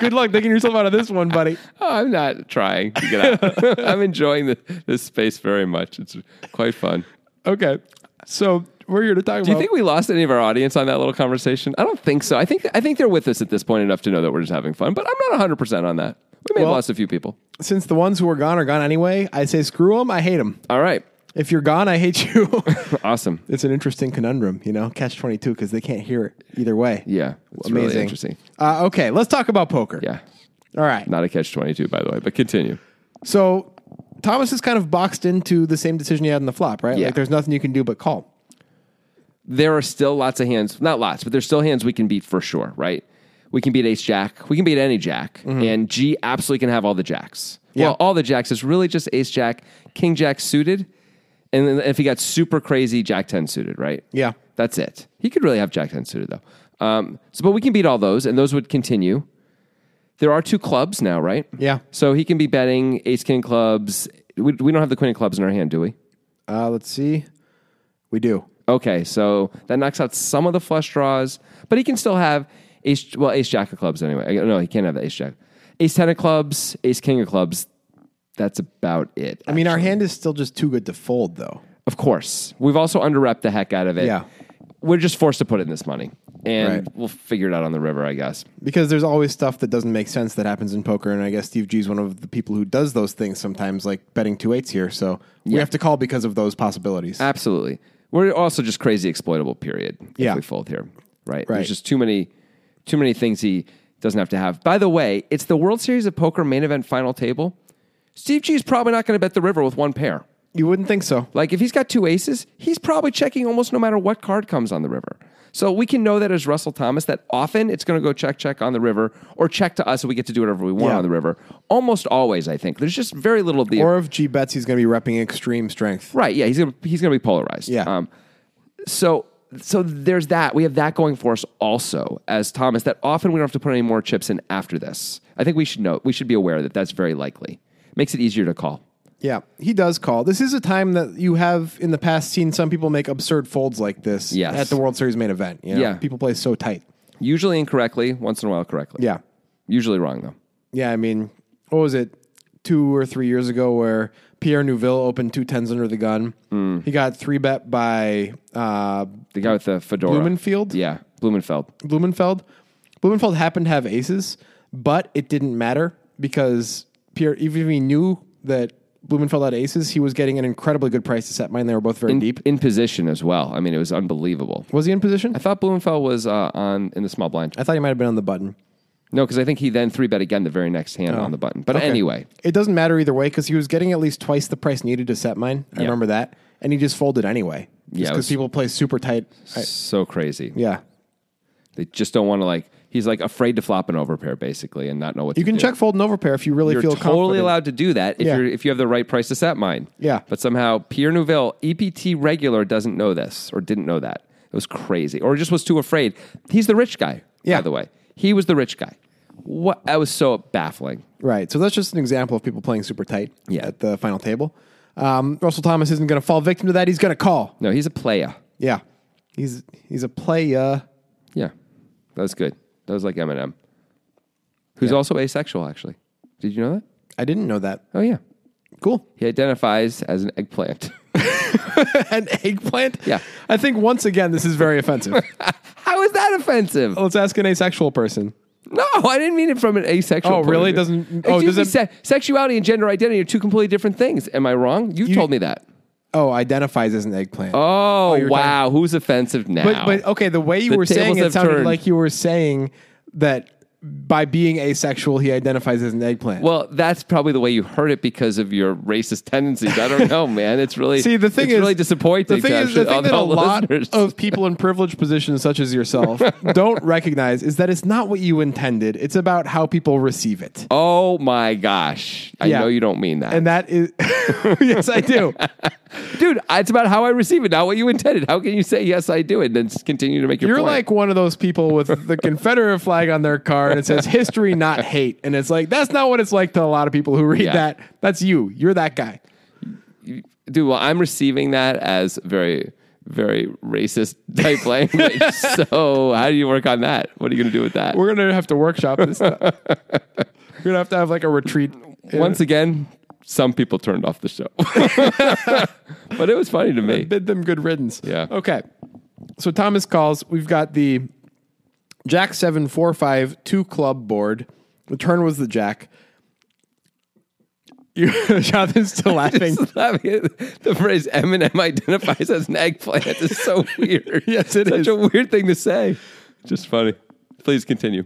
B: Good luck digging yourself out of this one, buddy.
A: Oh, I'm not trying to get out. I'm enjoying the, this space very much. It's quite fun.
B: Okay. So we're here to talk
A: Do you
B: about.
A: think we lost any of our audience on that little conversation? I don't think so. I think I think they're with us at this point enough to know that we're just having fun. But I'm not 100 percent on that. We may
B: Well-
A: have lost a few people.
B: since the ones who are gone are gone anyway, I say screw them. I hate them.
A: All right,
B: If you're gone, I hate you.
A: awesome.
B: it's an interesting conundrum, you know, catch 22 because they can't hear it either way.
A: Yeah, it's
B: Amazing.
A: really interesting.
B: Uh, okay. Let's talk about poker.
A: Yeah,
B: All right.
A: not a catch 22 by the way, but continue.
B: So Thomas is kind of boxed into the same decision he had in the flop, right?
A: Yeah.
B: Like there's nothing you can do but call.
A: There are still lots of hands, not lots, but there's still hands we can beat for sure. Right? We can beat Ace Jack. We can beat any Jack, and G absolutely can have all the jacks.
B: Mm-hmm. Yeah.
A: Well, all the jacks is really just Ace Jack, King Jack suited. And then if he got super crazy, Jack 10 suited, right?
B: Yeah.
A: That's it. He could really have Jack 10 suited, though. Um, so, but we can beat all those, and those would continue. There are two clubs now, right?
B: Yeah.
A: So he can be betting ace king clubs. We, we don't have the queen of clubs in our hand, do we?
B: Uh, let's see. We do.
A: Okay, so that knocks out some of the flush draws, but he can still have ace, well, ace jack of clubs anyway. I- No, he can't have the ace jack. Ace 10 of clubs, ace king of clubs. That's about it.
B: I mean, our hand is still just too good to fold, though.
A: Of course. We've also underrepped the heck out of it.
B: Yeah.
A: We're just forced to put in this money. And
B: Right.
A: we'll figure it out on the river, I guess.
B: Because there's always stuff that doesn't make sense that happens in poker, and I guess Steve G is one of the people who does those things sometimes, like betting two eights here. So we have to call because of those possibilities.
A: Uh, Absolutely. We're also just crazy exploitable, period. If
B: Yeah.
A: we fold here. Right.
B: Right.
A: There's just too many too many things he doesn't have to have. By the way, it's the World Series of Poker main event final table. Steve G is probably not going to bet the river with one pair.
B: you wouldn't think so.
A: Like if he's got two aces, he's probably checking almost no matter what card comes on the river. So we can know that as Russell Thomas that often it's going to go check check on the river or check to us and we get to do whatever we want
B: Yeah.
A: on the river. Almost always, I think. There's just very little of the
B: Or if G bets, he's going to be repping extreme strength.
A: Right. Yeah. He's gonna he's gonna be polarized.
B: Yeah.
A: Um, so so there's that. We have that going for us also as Thomas. That often we don't have to put any more chips in after this. I think we should know. We should be aware that that's very likely. Makes it easier to call.
B: Yeah, he does call. This is a time that you have in the past seen some people make absurd folds like this
A: Yes.
B: at the World Series main event. you know?
A: Yeah.
B: people play so tight.
A: Usually incorrectly. Once in a while correctly.
B: Yeah,
A: Usually wrong though.
B: yeah. I mean, what was it? Two or three years ago, where Pierre Neuville opened two tens under the gun.
A: Mm.
B: He got three bet by uh,
A: The guy with the fedora.
B: Blumenfield?
A: Yeah. Blumenfeld.
B: Blumenfeld. Blumenfeld happened to have aces, but it didn't matter because Pierre, even if he knew that Blumenfeld had aces, he was getting an incredibly good price to set mine. They were both very deep.
A: In position as well. I mean, it was unbelievable.
B: Was he in position?
A: I thought Blumenfeld was uh, on in the small blind.
B: I thought he might have been on the button.
A: No, because I think he then three bet again the very next hand on the button. But
B: Oh. Okay.
A: anyway,
B: It doesn't matter either way because he was getting at least twice the price needed to set mine. I
A: Yeah.
B: remember that. And he just folded anyway.
A: Yeah, it
B: Just because
A: was-
B: people play super tight. I-
A: so crazy.
B: yeah.
A: They just don't want to like. He's like afraid to flop an overpair basically and not know what
B: You
A: to
B: can
A: do.
B: check fold and overpair if you really
A: You're
B: feel
A: totally
B: confident.
A: allowed to do that if
B: Yeah.
A: you're if you have the right price to set mine.
B: Yeah.
A: But somehow Pierre Nouvelle, EPT regular, doesn't know this or didn't know that. It was crazy, or just was too afraid. He's the rich guy.
B: Yeah.
A: By the way, he was the rich guy. What that was so baffling.
B: Right. So that's just an example of people playing super tight
A: Yeah.
B: at the final table. Um, Russell Thomas isn't going to fall victim to that. He's going to call.
A: No, he's a player.
B: Yeah. He's he's a uh, playa.
A: Yeah, that was good. That was like Eminem, who's also asexual. Actually, did you know that?
B: I didn't know that.
A: Oh yeah,
B: Cool.
A: he identifies as an eggplant.
B: An eggplant?
A: Yeah.
B: I think once again this is very offensive.
A: How is that offensive?
B: Let's ask an asexual person.
A: No, I didn't mean it from an asexual.
B: Oh,
A: point of
B: really?
A: view.
B: Doesn't- oh,
A: Excuse
B: does
A: me,
B: it-
A: se- sexuality and gender identity are two completely different things. Am I wrong? You, told me that.
B: Oh, identifies as an eggplant.
A: Oh,
B: you were
A: wow, who's offensive now?
B: But but oh- okay, the way you
A: The
B: were saying
A: tables
B: it
A: have
B: sounded
A: turned.
B: like you were saying that by being asexual he identifies as an eggplant.
A: well, that's probably the way you heard it because of your racist tendencies. I don't know, man. It's really
B: See, the thing
A: it's
B: is
A: really disappointing.
B: The thing
A: to
B: is, the
A: all
B: thing that
A: the
B: a lot
A: listeners.
B: of people in privileged positions such as yourself don't recognize is that it's not what you intended. It's about how people receive it.
A: oh my gosh, I
B: Yeah.
A: know you don't mean that,
B: And that is yes, I do.
A: dude. It's about how I receive it, not what you intended. How can you say yes, I do, and then s- continue to make your
B: You're
A: point?
B: like one of those people with the Confederate flag on their car and it says history, not hate. And it's like, that's not what it's like to a lot of people who read
A: Yeah.
B: that. That's you. You're that guy.
A: dude well i'm receiving that as very very racist type language so how do you work on that what are you going to do with that
B: We're going to have to workshop this stuff. We're going to have to have like a retreat.
A: once again some people turned off the show but it was funny to me
B: Bid them good riddance.
A: Yeah.
B: Okay. So Thomas calls. We've got the Jack 745 two club board. The turn was the Jack. You, Jonathan's still laughing.
A: the phrase Eminem identifies as an eggplant is so weird.
B: Yes, it
A: Such
B: is.
A: a weird thing to say. Just funny. Please continue.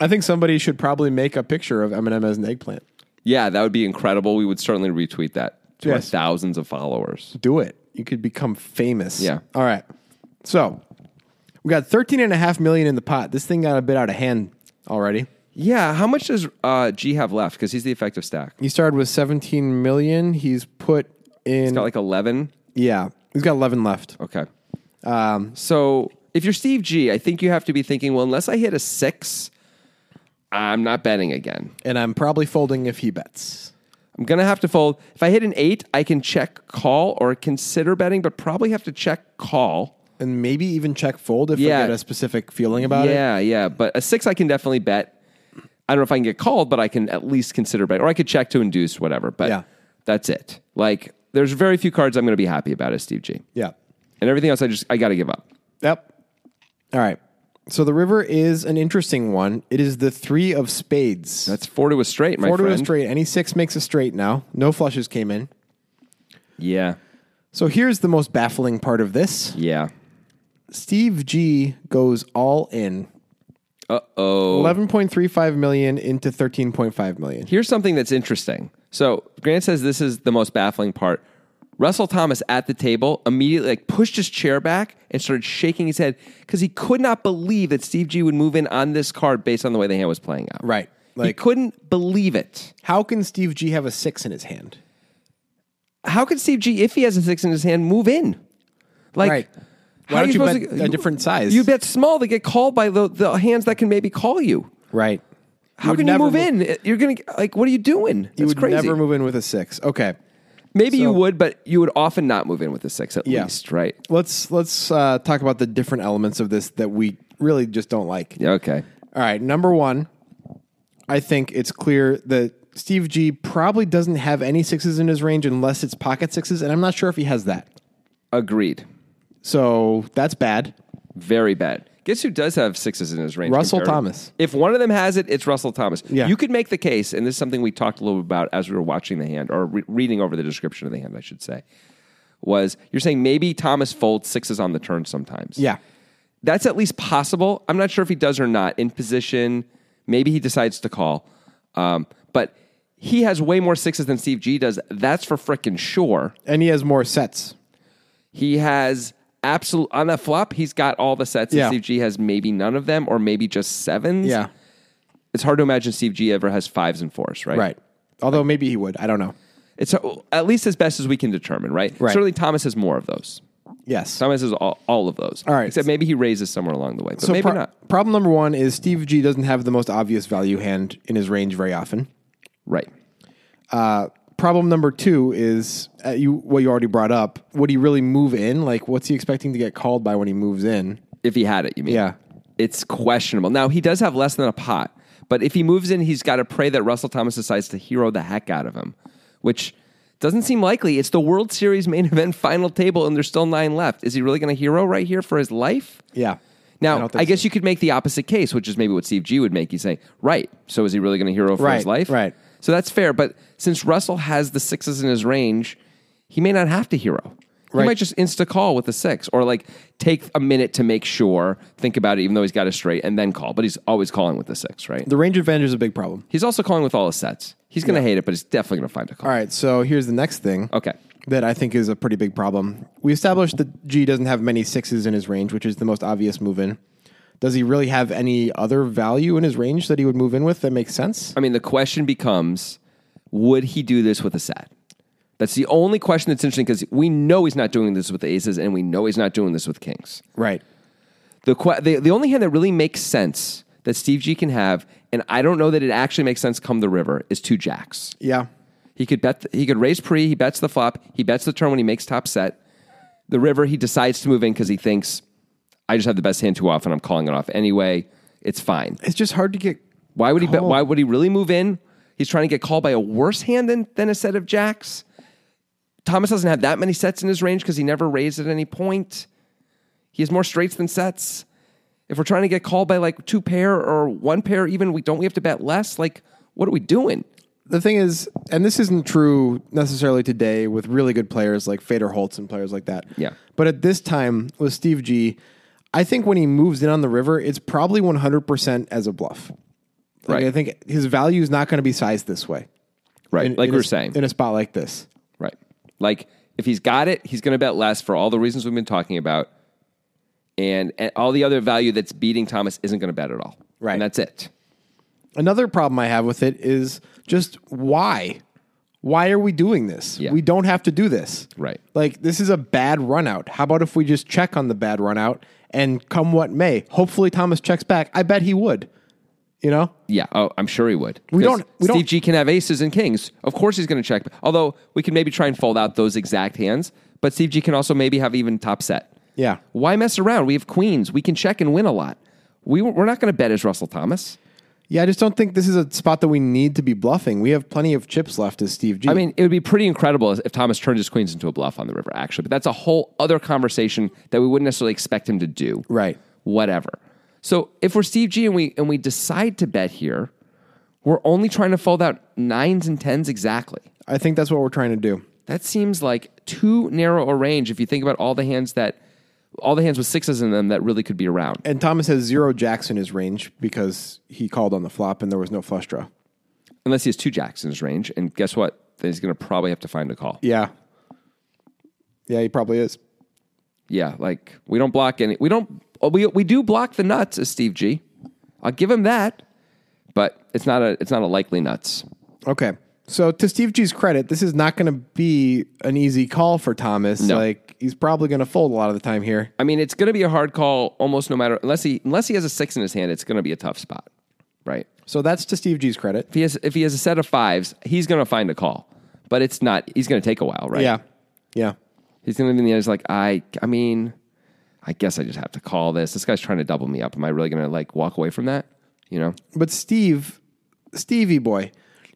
B: I think somebody should probably make a picture of Eminem as an eggplant.
A: Yeah, that would be incredible. We would certainly retweet that to
B: Yes.
A: our thousands of followers.
B: do it. You could become famous.
A: Yeah.
B: All right. So we got 13 and a half million in the pot. This thing got a bit out of hand already.
A: Yeah, how much does uh, G have left? Because he's the effective stack.
B: He started with 17 million. He's put in.
A: He's got like 11.
B: Yeah, he's got 11 left.
A: Okay. Um, so if you're Steve G, I think you have to be thinking, well, unless I hit a six, I'm not betting again.
B: And I'm probably folding if he bets.
A: I'm going to have to fold. If I hit an eight, I can check call or consider betting, but probably have to check call.
B: And maybe even check fold if
A: Yeah.
B: I get a specific feeling about it.
A: yeah, yeah. But a six, I can definitely bet. I don't know if I can get called, but I can at least consider bet, or I could check to induce, whatever. But
B: Yeah.
A: that's it. Like, there's very few cards I'm going to be happy about as Steve G,
B: Yeah.
A: and everything else I just I got to give up.
B: Yep. All right. So the river is an interesting one. It is the three of spades.
A: That's four to a straight, my
B: Four to
A: friend.
B: a straight. Any six makes a straight now. No flushes came in.
A: Yeah,
B: So here's the most baffling part of this.
A: yeah.
B: Steve G goes all in.
A: Uh oh.
B: 11.35 million into 13.5 million.
A: Here's something that's interesting. So Grant says this is the most baffling part. Russell Thomas at the table immediately like pushed his chair back and started shaking his head because he could not believe that Steve G would move in on this card based on the way the hand was playing out.
B: Right.
A: he
B: Like-
A: couldn't believe it.
B: How can Steve G have a six in his hand?
A: How could Steve G, if he has a six in his hand, move in? Like,
B: Right.
A: how
B: Why
A: are
B: don't you
A: supposed
B: bet a different size?
A: You bet small, they get called by the, the hands that can maybe call you.
B: Right.
A: How can you move in? You're gonna like, what are you doing? That's
B: You would
A: crazy.
B: never move in with a six. Okay.
A: Maybe you
B: So-
A: would, but you would often not move in with a six at
B: Yeah.
A: least, right?
B: Let's let's uh, talk about the different elements of this that we really just don't like.
A: Yeah, okay.
B: All right, number one, I think it's clear that Steve G probably doesn't have any sixes in his range unless it's pocket sixes, and I'm not sure if he has that.
A: Agreed.
B: So that's bad.
A: Very bad. Guess who does have sixes in his range?
B: Russell
A: compared-
B: Thomas.
A: If one of them has it, it's Russell Thomas.
B: Yeah.
A: You could make the case, and this is something we talked a little bit about as we were watching the hand or re- reading over the description of the hand, I should say. Was you're saying maybe Thomas folds sixes on the turn sometimes?
B: Yeah.
A: that's at least possible. I'm not sure if he does or not. In position, maybe he decides to call. Um, but he has way more sixes than Steve G does. That's for frickin' sure.
B: And he has more sets.
A: He has absolute on that flop. He's got all the sets.
B: Yeah.
A: And Steve G has maybe none of them, or maybe just sevens. it's hard to imagine Steve G ever has fives and fours, right?
B: Right. Although maybe he would. I don't know.
A: It's uh, at least as best as we can determine, right?
B: Right.
A: Certainly, Thomas has more of those.
B: Yes.
A: Thomas has all, all of those.
B: All right.
A: except maybe he raises somewhere along the way, but
B: So
A: maybe
B: pro-
A: not.
B: problem number one is Steve G doesn't have the most obvious value hand in his range very often.
A: Right.
B: Problem number two is uh, you what you already brought up. Would he really move in? Like, what's he expecting to get called by when he moves in?
A: If he had it, you mean?
B: Yeah.
A: It's questionable. Now, he does have less than a pot, but if he moves in, he's got to pray that Russell Thomas decides to hero the heck out of him, which doesn't seem likely. It's the World Series main event final table, and there's still nine left. Is he really going to hero right here for his life?
B: Yeah. I
A: Now,
B: don't
A: I,
B: think
A: guess you could make the opposite case, which is maybe what Steve G would make. He's saying, right, so is he really going to hero for his
B: Right,
A: life?
B: right.
A: So that's fair. But since Russell has the sixes in his range, he may not have to hero. He
B: Right.
A: might just insta call with a six or like take a minute to make sure, think about it, even though he's got a straight and then call. But he's always calling with the six, right?
B: The range advantage is a big problem.
A: He's also calling with all his sets. He's going to hate it, but he's definitely going to find a call.
B: All right, so here's the next thing
A: Okay.
B: that I think is a pretty big problem. We established that G doesn't have many sixes in his range, which is the most obvious move in. Does he really have any other value in his range that he would move in with that makes sense?
A: I mean, the question becomes would he do this with a set? That's the only question that's interesting because we know he's not doing this with aces and we know he's not doing this with kings.
B: Right.
A: The, que- the, the only hand that really makes sense that Steve G can have, and I don't know that it actually makes sense come the river, is two jacks.
B: Yeah.
A: He could bet. he could raise pre. He bets the flop. He bets the turn when he makes top set. The river. He decides to move in because he thinks I just have the best hand too often. I'm calling it off anyway. It's fine.
B: It's just hard to get
A: Why would he bet?
B: Call.
A: Why would he really move in? He's trying to get called by a worse hand than, than a set of jacks. Thomas doesn't have that many sets in his range because he never raised at any point. He has more straights than sets. If we're trying to get called by like two pair or one pair, even we don't we have to bet less. Like, what are we doing?
B: the thing is, and this isn't true necessarily today with really good players like Fader Holtz and players like that.
A: Yeah.
B: But at this time with Steve G, I think when he moves in on the river, it's probably 100% as a bluff. Like,
A: Right.
B: I think his value is not going to be sized this way.
A: Right,
B: In-
A: like
B: in
A: we
B: a-
A: we're saying.
B: In a spot like this.
A: Right. Like if he's got it, he's going to bet less for all the reasons we've been talking about, and, and all the other value that's beating Thomas isn't going to bet at all.
B: Right.
A: And that's it.
B: Another problem I have with it is just why? why are we doing this?
A: Yeah.
B: We don't have to do this.
A: Right.
B: Like this is a bad run out. How about if we just check on the bad run out and come what may, hopefully Thomas checks back. I bet he would. You know?
A: Yeah, oh, I'm sure he would. We
B: don't- we
A: Steve
B: don't-
A: G can have aces and kings. Of course, he's going to check. Although we can maybe try and fold out those exact hands, but Steve G can also maybe have even top set.
B: Yeah.
A: Why mess around? We have queens. We can check and win a lot. We we're not going to bet as Russell Thomas.
B: Yeah, I just don't think this is a spot that we need to be bluffing. We have plenty of chips left as Steve G.
A: I mean, it would be pretty incredible if Thomas turned his queens into a bluff on the river, actually. But that's a whole other conversation that we wouldn't necessarily expect him to do.
B: Right.
A: Whatever. So if we're Steve G and we and we decide to bet here, we're only trying to fold out nines and tens exactly.
B: I think that's what we're trying to do.
A: That seems like too narrow a range if you think about all the hands that all the hands with sixes in them that really could be around.
B: And Thomas has zero jacks in his range because he called on the flop and there was no flush draw.
A: Unless he has two jacks in his range, and guess what? Then he's going to probably have to find a call.
B: Yeah. Yeah, he probably is.
A: Yeah, like we don't block any. We don't. oh, We we do block the nuts, as Steve G. I'll give him that, but it's not a it's not a likely nuts.
B: Okay. So to Steve G's credit, this is not going to be an easy call for Thomas.
A: No.
B: Like he's probably going to fold a lot of the time here.
A: I mean, it's going to be a hard call almost no matter unless he unless he has a six in his hand. It's going to be a tough spot, right?
B: So that's to Steve G's credit.
A: If he has if he has a set of fives, he's going to find a call, but it's not. He's going to take a while, right?
B: Yeah. Yeah.
A: He's going to be in the end. He's like, I I mean, I guess I just have to call this. This guy's trying to double me up. Am I really going to like walk away from that? You know?
B: But Steve, Stevie boy,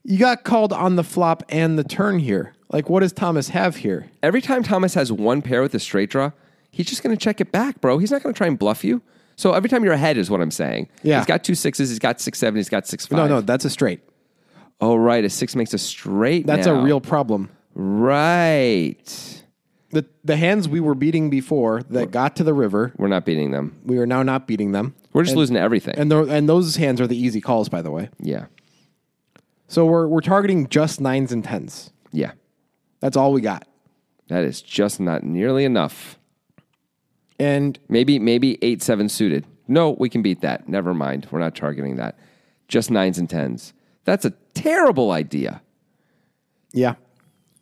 B: you got called on the flop and the turn here. Like what does Thomas have here?
A: every time Thomas has one pair with a straight draw, he's just going to check it back, bro. He's not going to try and bluff you. So every time you're ahead is what I'm saying.
B: Yeah.
A: He's got two sixes. He's got six seven. He's got six five.
B: No, no, that's a straight.
A: Oh, right. A six makes a straight.
B: That's
A: now.
B: a real problem.
A: Right.
B: The the hands we were beating before that got to the river,
A: We're not beating them.
B: we are now not beating them.
A: We're just losing to everything.
B: And tho- and those hands are the easy calls by the way.
A: yeah.
B: So we're we're targeting just 9s and 10s.
A: Yeah.
B: That's all we got.
A: That is just not nearly enough.
B: And
A: Maybe, maybe eight seven suited. No, we can beat that. Never mind. We're not targeting that. Just nines and tens. That's a terrible idea.
B: yeah,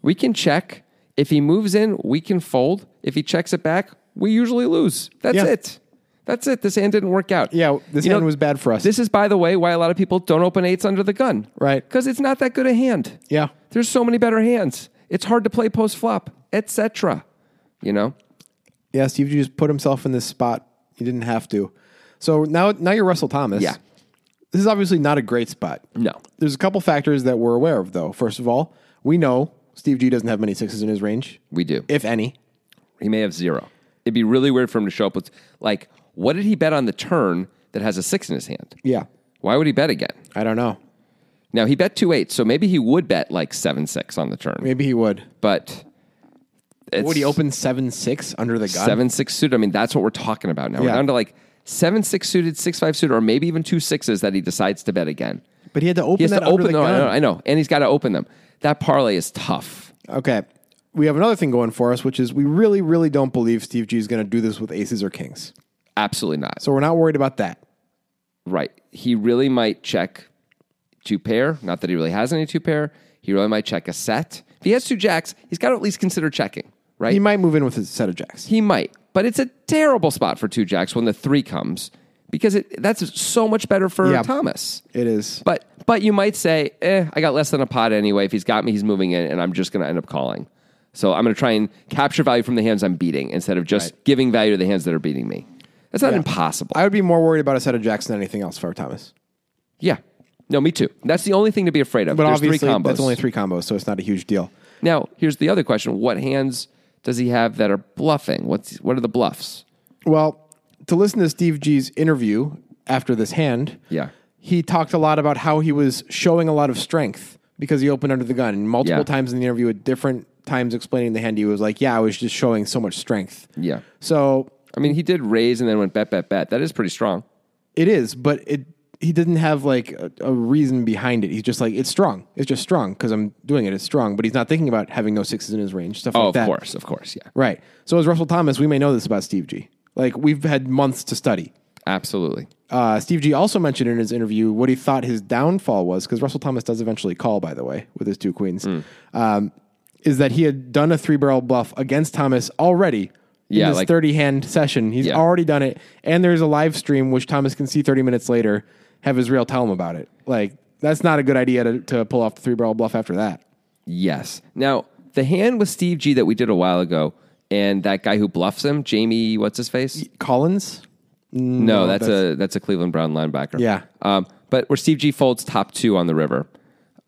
A: We can check. If he moves in, we can fold. If he checks it back, we usually lose. That's
B: Yeah.
A: it. That's it. This hand didn't work out.
B: Yeah, this hand was bad for us.
A: This is, by the way, why a lot of people don't open eights under the gun.
B: Right.
A: Because it's not that good a hand.
B: Yeah.
A: There's so many better hands. It's hard to play post flop, etc. You know?
B: yeah, Steve G just put himself in this spot. He didn't have to. So now, now you're Russell Thomas.
A: Yeah.
B: this is obviously not a great spot.
A: No.
B: there's a couple factors that we're aware of, though. First of all, we know Steve G doesn't have many sixes in his range,
A: We do.
B: if any.
A: He may have zero. It'd be really weird for him to show up with, like, what did he bet on the turn that has a six in his hand?
B: Yeah,
A: Why would he bet again?
B: I don't know.
A: Now, he bet two eight, so maybe he would bet like seven six on the turn.
B: Maybe he would.
A: but it's
B: Would he open seven six under the gun?
A: seven six suited? I mean, that's what we're talking about now. We're
B: Yeah.
A: down to like seven six suited, six five suited, or maybe even two sixes that he decides to bet again.
B: But he had to open
A: He has
B: that
A: to
B: under
A: open
B: the
A: them. I
B: gun.
A: know, I know, and he's got to open them. That parlay is tough.
B: Okay. We have another thing going for us, which is we really, really don't believe Steve G is going to do this with aces or kings.
A: Absolutely not.
B: So we're not worried about that.
A: Right. He really might check two pair. Not that he really has any two pair. He really might check a set. If he has two jacks, he's got to at least consider checking. Right.
B: He might move in with a set of jacks.
A: He might, but it's a terrible spot for two jacks when the three comes because it, that's so much better for
B: Yeah.
A: Thomas.
B: It is.
A: But but you might say, eh, I got less than a pot anyway. If he's got me, he's moving in, and I'm just going to end up calling. So I'm going to try and capture value from the hands I'm beating instead of just giving value to the hands that are beating me. That's not impossible.
B: I would be more worried about a set of jacks than anything else if I were Thomas.
A: yeah. No, me too. That's the only thing to be afraid of.
B: But
A: There's
B: obviously,
A: three combos.
B: that's only three combos, so it's not a huge deal.
A: now, here's the other question: What hands does he have that are bluffing? What's what are the bluffs?
B: Well, to listen to Steve G's interview after this hand,
A: Yeah.
B: he talked a lot about how he was showing a lot of strength because he opened under the gun. And multiple
A: Yeah.
B: times in the interview, at different times explaining the hand, he was like, "Yeah, I was just showing so much strength."
A: Yeah.
B: So
A: I mean, he did raise and then went bet, bet, bet. That is pretty strong.
B: It is, but it he didn't have like a, a reason behind it. He's just like it's strong. It's just strong because I'm doing it. It's strong, but he's not thinking about having no sixes in his range stuff
A: Oh,
B: like
A: of
B: that.
A: course, of course, yeah.
B: Right. So as Russell Thomas, we may know this about Steve G. Like we've had months to study.
A: Absolutely.
B: Uh, Steve G also mentioned in his interview what he thought his downfall was, because Russell Thomas does eventually call, by the way, with his two queens,
A: Hmm.
B: um, is that he had done a three barrel bluff against Thomas already in
A: Yeah,
B: this
A: like-
B: 30 hand session. He's
A: Yeah.
B: already done it. And there's a live stream, which Thomas can see 30 minutes later, have Israel tell him about it. Like, that's not a good idea to, to pull off the three barrel bluff after that.
A: Yes. Now, the hand with Steve G that we did a while ago, and that guy who bluffs him, Jamie, what's his face?
B: Collins?
A: No, that's, a that's a Cleveland Brown linebacker.
B: Yeah.
A: Um, but where Steve G folds top two on the river,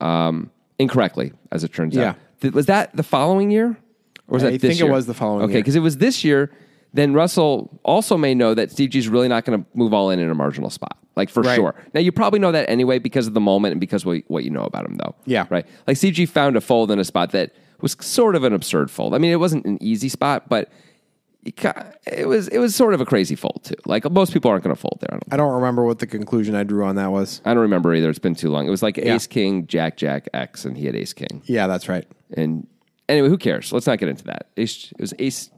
A: um, incorrectly as it turns
B: Yeah.
A: out. Th- was that the following year, or was
B: I
A: that this
B: think it
A: year?
B: was the following
A: Okay,
B: year.
A: because it was this year. Then Russell also may know that Steve G's really not going to move all in in a marginal spot, like for
B: Right.
A: sure. Now you probably know that anyway because of the moment and because what, what you know about him, though.
B: Yeah.
A: right. Like Steve G found a fold in a spot that was sort of an absurd fold. I mean, it wasn't an easy spot, but it ki- it was it was sort of a crazy fold too. Like most people aren't going to fold there. I don't
B: I don't remember what the conclusion I drew on that was.
A: I don't remember either. It's been too long. It was like Ace King, Jack Jack X, and he had Ace King.
B: Yeah, that's right.
A: And anyway, who cares? Let's not get into that. Ace, it was Ace,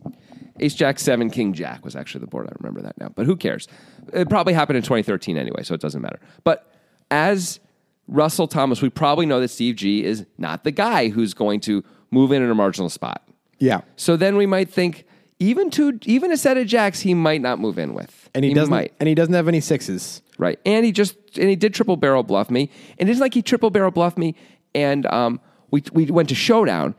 A: Ace Jack Seven King Jack was actually the board. I remember that now. But who cares? It probably happened in 2013 anyway, so it doesn't matter. But as Russell Thomas, we probably know that Steve G is not the guy who's going to move in in a marginal spot.
B: Yeah.
A: So then we might think even two, even a set of jacks, he might not move in with.
B: And he, doesn't
A: might.
B: and he doesn't have any sixes.
A: Right. And he just and he did triple barrel bluff me. And it's like he triple barrel bluffed me and um we we went to showdown.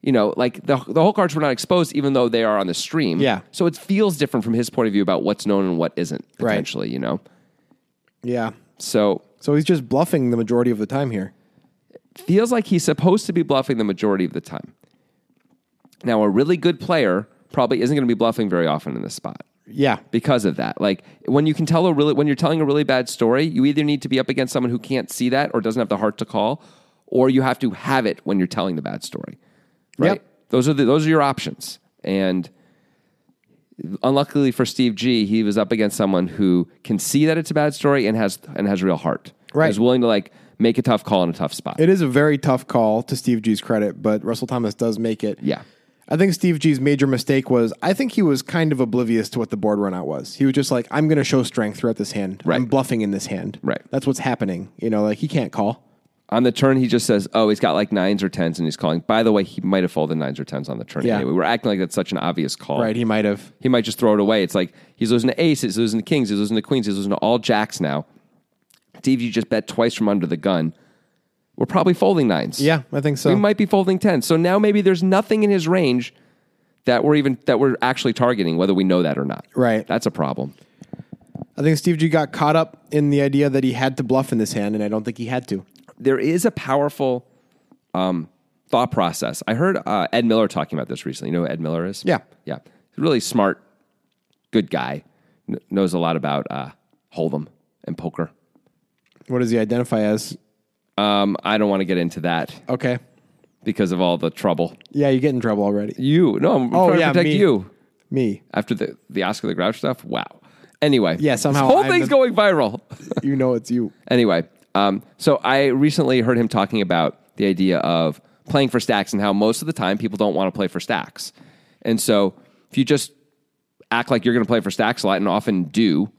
A: You know, like the the whole cards were not exposed even though they are on the stream.
B: Yeah.
A: So it feels different from his point of view about what's known and what isn't
B: Right.
A: potentially, you know.
B: Yeah.
A: So
B: So he's just bluffing the majority of the time here.
A: feels like he's supposed to be bluffing the majority of the time. Now a really good player probably isn't going to be bluffing very often in this spot.
B: Yeah.
A: because of that. Like when you can tell a really when you're telling a really bad story, you either need to be up against someone who can't see that or doesn't have the heart to call, or you have to have it when you're telling the bad story. Right?
B: Yep.
A: Those are the, those are your options. And unluckily for Steve G, he was up against someone who can see that it's a bad story and has and has real heart.
B: Right.
A: Is willing to like make a tough call in a tough spot.
B: It is a very tough call to Steve G's credit, but Russell Thomas does make it.
A: Yeah.
B: I think Steve G's major mistake was I think he was kind of oblivious to what the board run out was. He was just like, I'm going to show strength throughout this hand. I'm
A: Right.
B: bluffing in this hand.
A: Right.
B: That's what's happening. You know, like he can't call.
A: on the turn, he just says, "Oh, he's got like nines or tens, and he's calling." By the way, he might have folded nines or tens on the turn.
B: Yeah.
A: Anyway, we're acting like that's such an obvious call.
B: Right. He might have.
A: He might just throw it away. It's like he's losing to aces, he's losing to kings, he's losing to queens, he's losing to all jacks now. Steve, you just bet twice from under the gun. We're probably folding nines.
B: Yeah, I think so.
A: We might be folding tens. So now maybe there's nothing in his range that we're even that we're actually targeting, whether we know that or not.
B: Right.
A: That's a problem.
B: I think Steve G got caught up in the idea that he had to bluff in this hand, and I don't think he had to.
A: there is a powerful um, thought process. I heard uh, Ed Miller talking about this recently. You know who Ed Miller is?
B: Yeah.
A: Yeah. Really smart, good guy. Kn- knows a lot about uh, Hold'em and poker.
B: What does he identify as?
A: Um, I don't want to get into that
B: Okay.
A: because of all the trouble.
B: Yeah, you get in trouble already.
A: You. No, I'm
B: Oh,
A: trying
B: yeah,
A: to protect
B: me.
A: you.
B: Me.
A: After the, the Oscar the Grouch stuff? Wow. Anyway.
B: Yeah, somehow
A: This whole
B: I'm
A: thing's
B: the-
A: going viral.
B: You know it's you.
A: Anyway, um, so I recently heard him talking about the idea of playing for stacks and how most of the time people don't want to play for stacks. And so if you just act like you're going to play for stacks a lot and often do,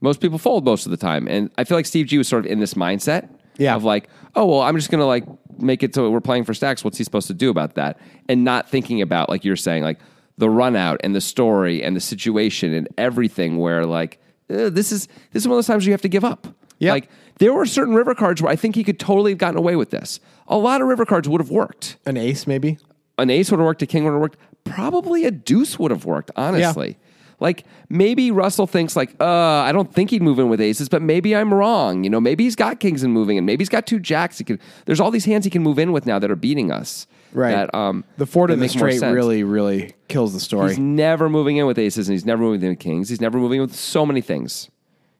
A: most people fold most of the time. And I feel like Steve G was sort of in this mindset
B: Yeah.
A: of like, oh, well, I'm just going to like make it so we're playing for stacks. What's he supposed to do about that? And not thinking about, like you're saying, like the run out and the story and the situation and everything where like, eh, this is this is one of those times you have to give up.
B: Yeah.
A: Like there were certain river cards where I think he could totally have gotten away with this. A lot of river cards would have worked
B: An ace, maybe?
A: an ace would have worked, a king would have worked. Probably a deuce would have worked, honestly. Like maybe Russell thinks like, uh, I don't think he'd move in with aces, but maybe I'm wrong. You know, maybe he's got kings and moving, and maybe he's got two jacks. He could. There's all these hands he can move in with now that are beating us.
B: Right.
A: That um,
B: the four to
A: that
B: the
A: make more
B: straight
A: sense.
B: really, really kills the story.
A: He's never moving in with aces, and he's never moving in with kings. He's never moving in with so many things.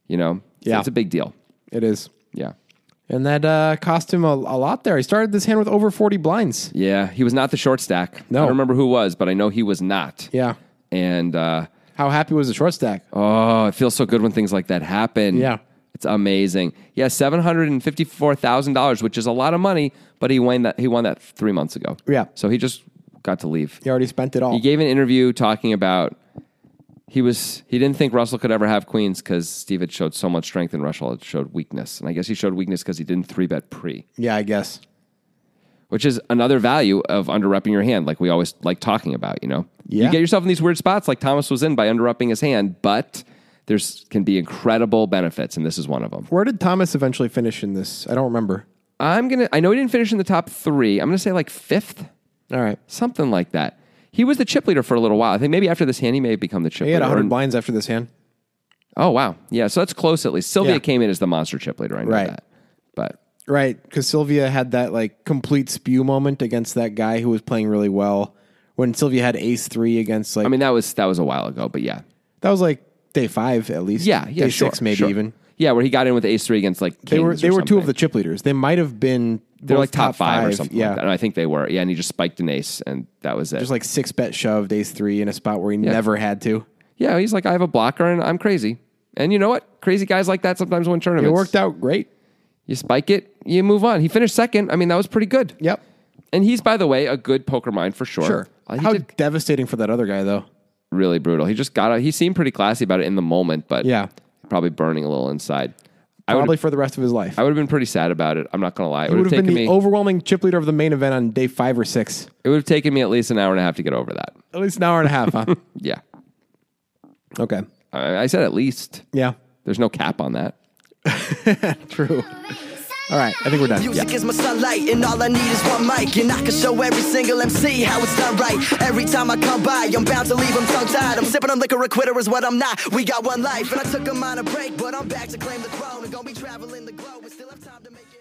A: You know, So
B: Yeah.
A: it's a big deal.
B: It is.
A: Yeah,
B: And that uh, cost him a, a lot there. He started this hand with over 40 blinds.
A: yeah. He was not the short stack.
B: No.
A: I don't remember who was, but I know he was not.
B: Yeah.
A: and. uh
B: How happy was the short stack?
A: Oh, it feels so good when things like that happen.
B: Yeah.
A: It's amazing. Yeah, seven hundred and fifty-four thousand dollars, which is a lot of money, but he won that. He won that three months ago.
B: Yeah.
A: So he just got to leave.
B: He already spent it all.
A: He gave an interview talking about he was he didn't think Russell could ever have queens because Steve had showed so much strength and Russell had showed weakness. And I guess he showed weakness because he didn't three bet pre,
B: Yeah, I guess.
A: which is another value of underrepping your hand, like we always like talking about. You know,
B: Yeah.
A: you get yourself in these weird spots, like Thomas was in by underrepping his hand, but there's can be incredible benefits, and this is one of them.
B: Where did Thomas eventually finish in this? I don't remember.
A: I'm gonna. I know he didn't finish in the top three. I'm gonna say like fifth,
B: All right.
A: something like that. He was the chip leader for a little while. I think maybe after this hand, he may have become the chip
B: He had
A: leader.
B: 100
A: Or-
B: blinds after this hand.
A: Oh wow, yeah. So that's close at least. Sylvia
B: Yeah.
A: came in as the monster chip leader. I know
B: Right.
A: that, but
B: Right, because Sylvia had that like complete spew moment against that guy who was playing really well. When Sylvia had ace three against like
A: I mean that was that was a while ago. But yeah,
B: that was like day five at least.
A: yeah, yeah.
B: day
A: sure,
B: six maybe
A: sure.
B: even.
A: Yeah, where he got in with ace three against like
B: They were they were two of the chip leaders. They might have been
A: They're
B: both
A: like top, five, or something.
B: Yeah,
A: like that. And I think they were. Yeah, and he just spiked an ace, and that was it.
B: just like six bet shoved ace three in a spot where he never had to.
A: yeah, he's like I have a blocker and I'm crazy. And you know what? Crazy guys like that sometimes win tournaments.
B: It worked out great.
A: You spike it, you move on. He finished second. I mean, that was pretty good.
B: Yep,
A: And he's, by the way, a good poker mind for sure.
B: sure.
A: Uh, he
B: How
A: did
B: devastating for that other guy though.
A: really brutal. He just got out. He seemed pretty classy about it in the moment, but
B: Yeah.
A: probably burning a little inside. I would
B: Probably for the rest of his life.
A: I would have been pretty sad about it. I'm not gonna lie. It
B: He
A: would have
B: been
A: taken
B: the
A: me.
B: overwhelming chip leader of the main event on day five or six.
A: it would have taken me at least an hour and a half to get over that.
B: At least an hour and a half, huh?
A: Yeah,
B: Okay.
A: I, I said at least.
B: Yeah.
A: There's no cap on that.
B: True. All right, I think we're done.
C: Music is my sunlight, and all I need is one mic. And I can show every single MC how it's done right. Every time I come by, I'm bound to leave them tongue tied. I'm sipping on liquor, a quitter is what I'm not. We got one life, and I took a minor break, but I'm back to claim the throne. And gonna be traveling the globe, and still have time to make.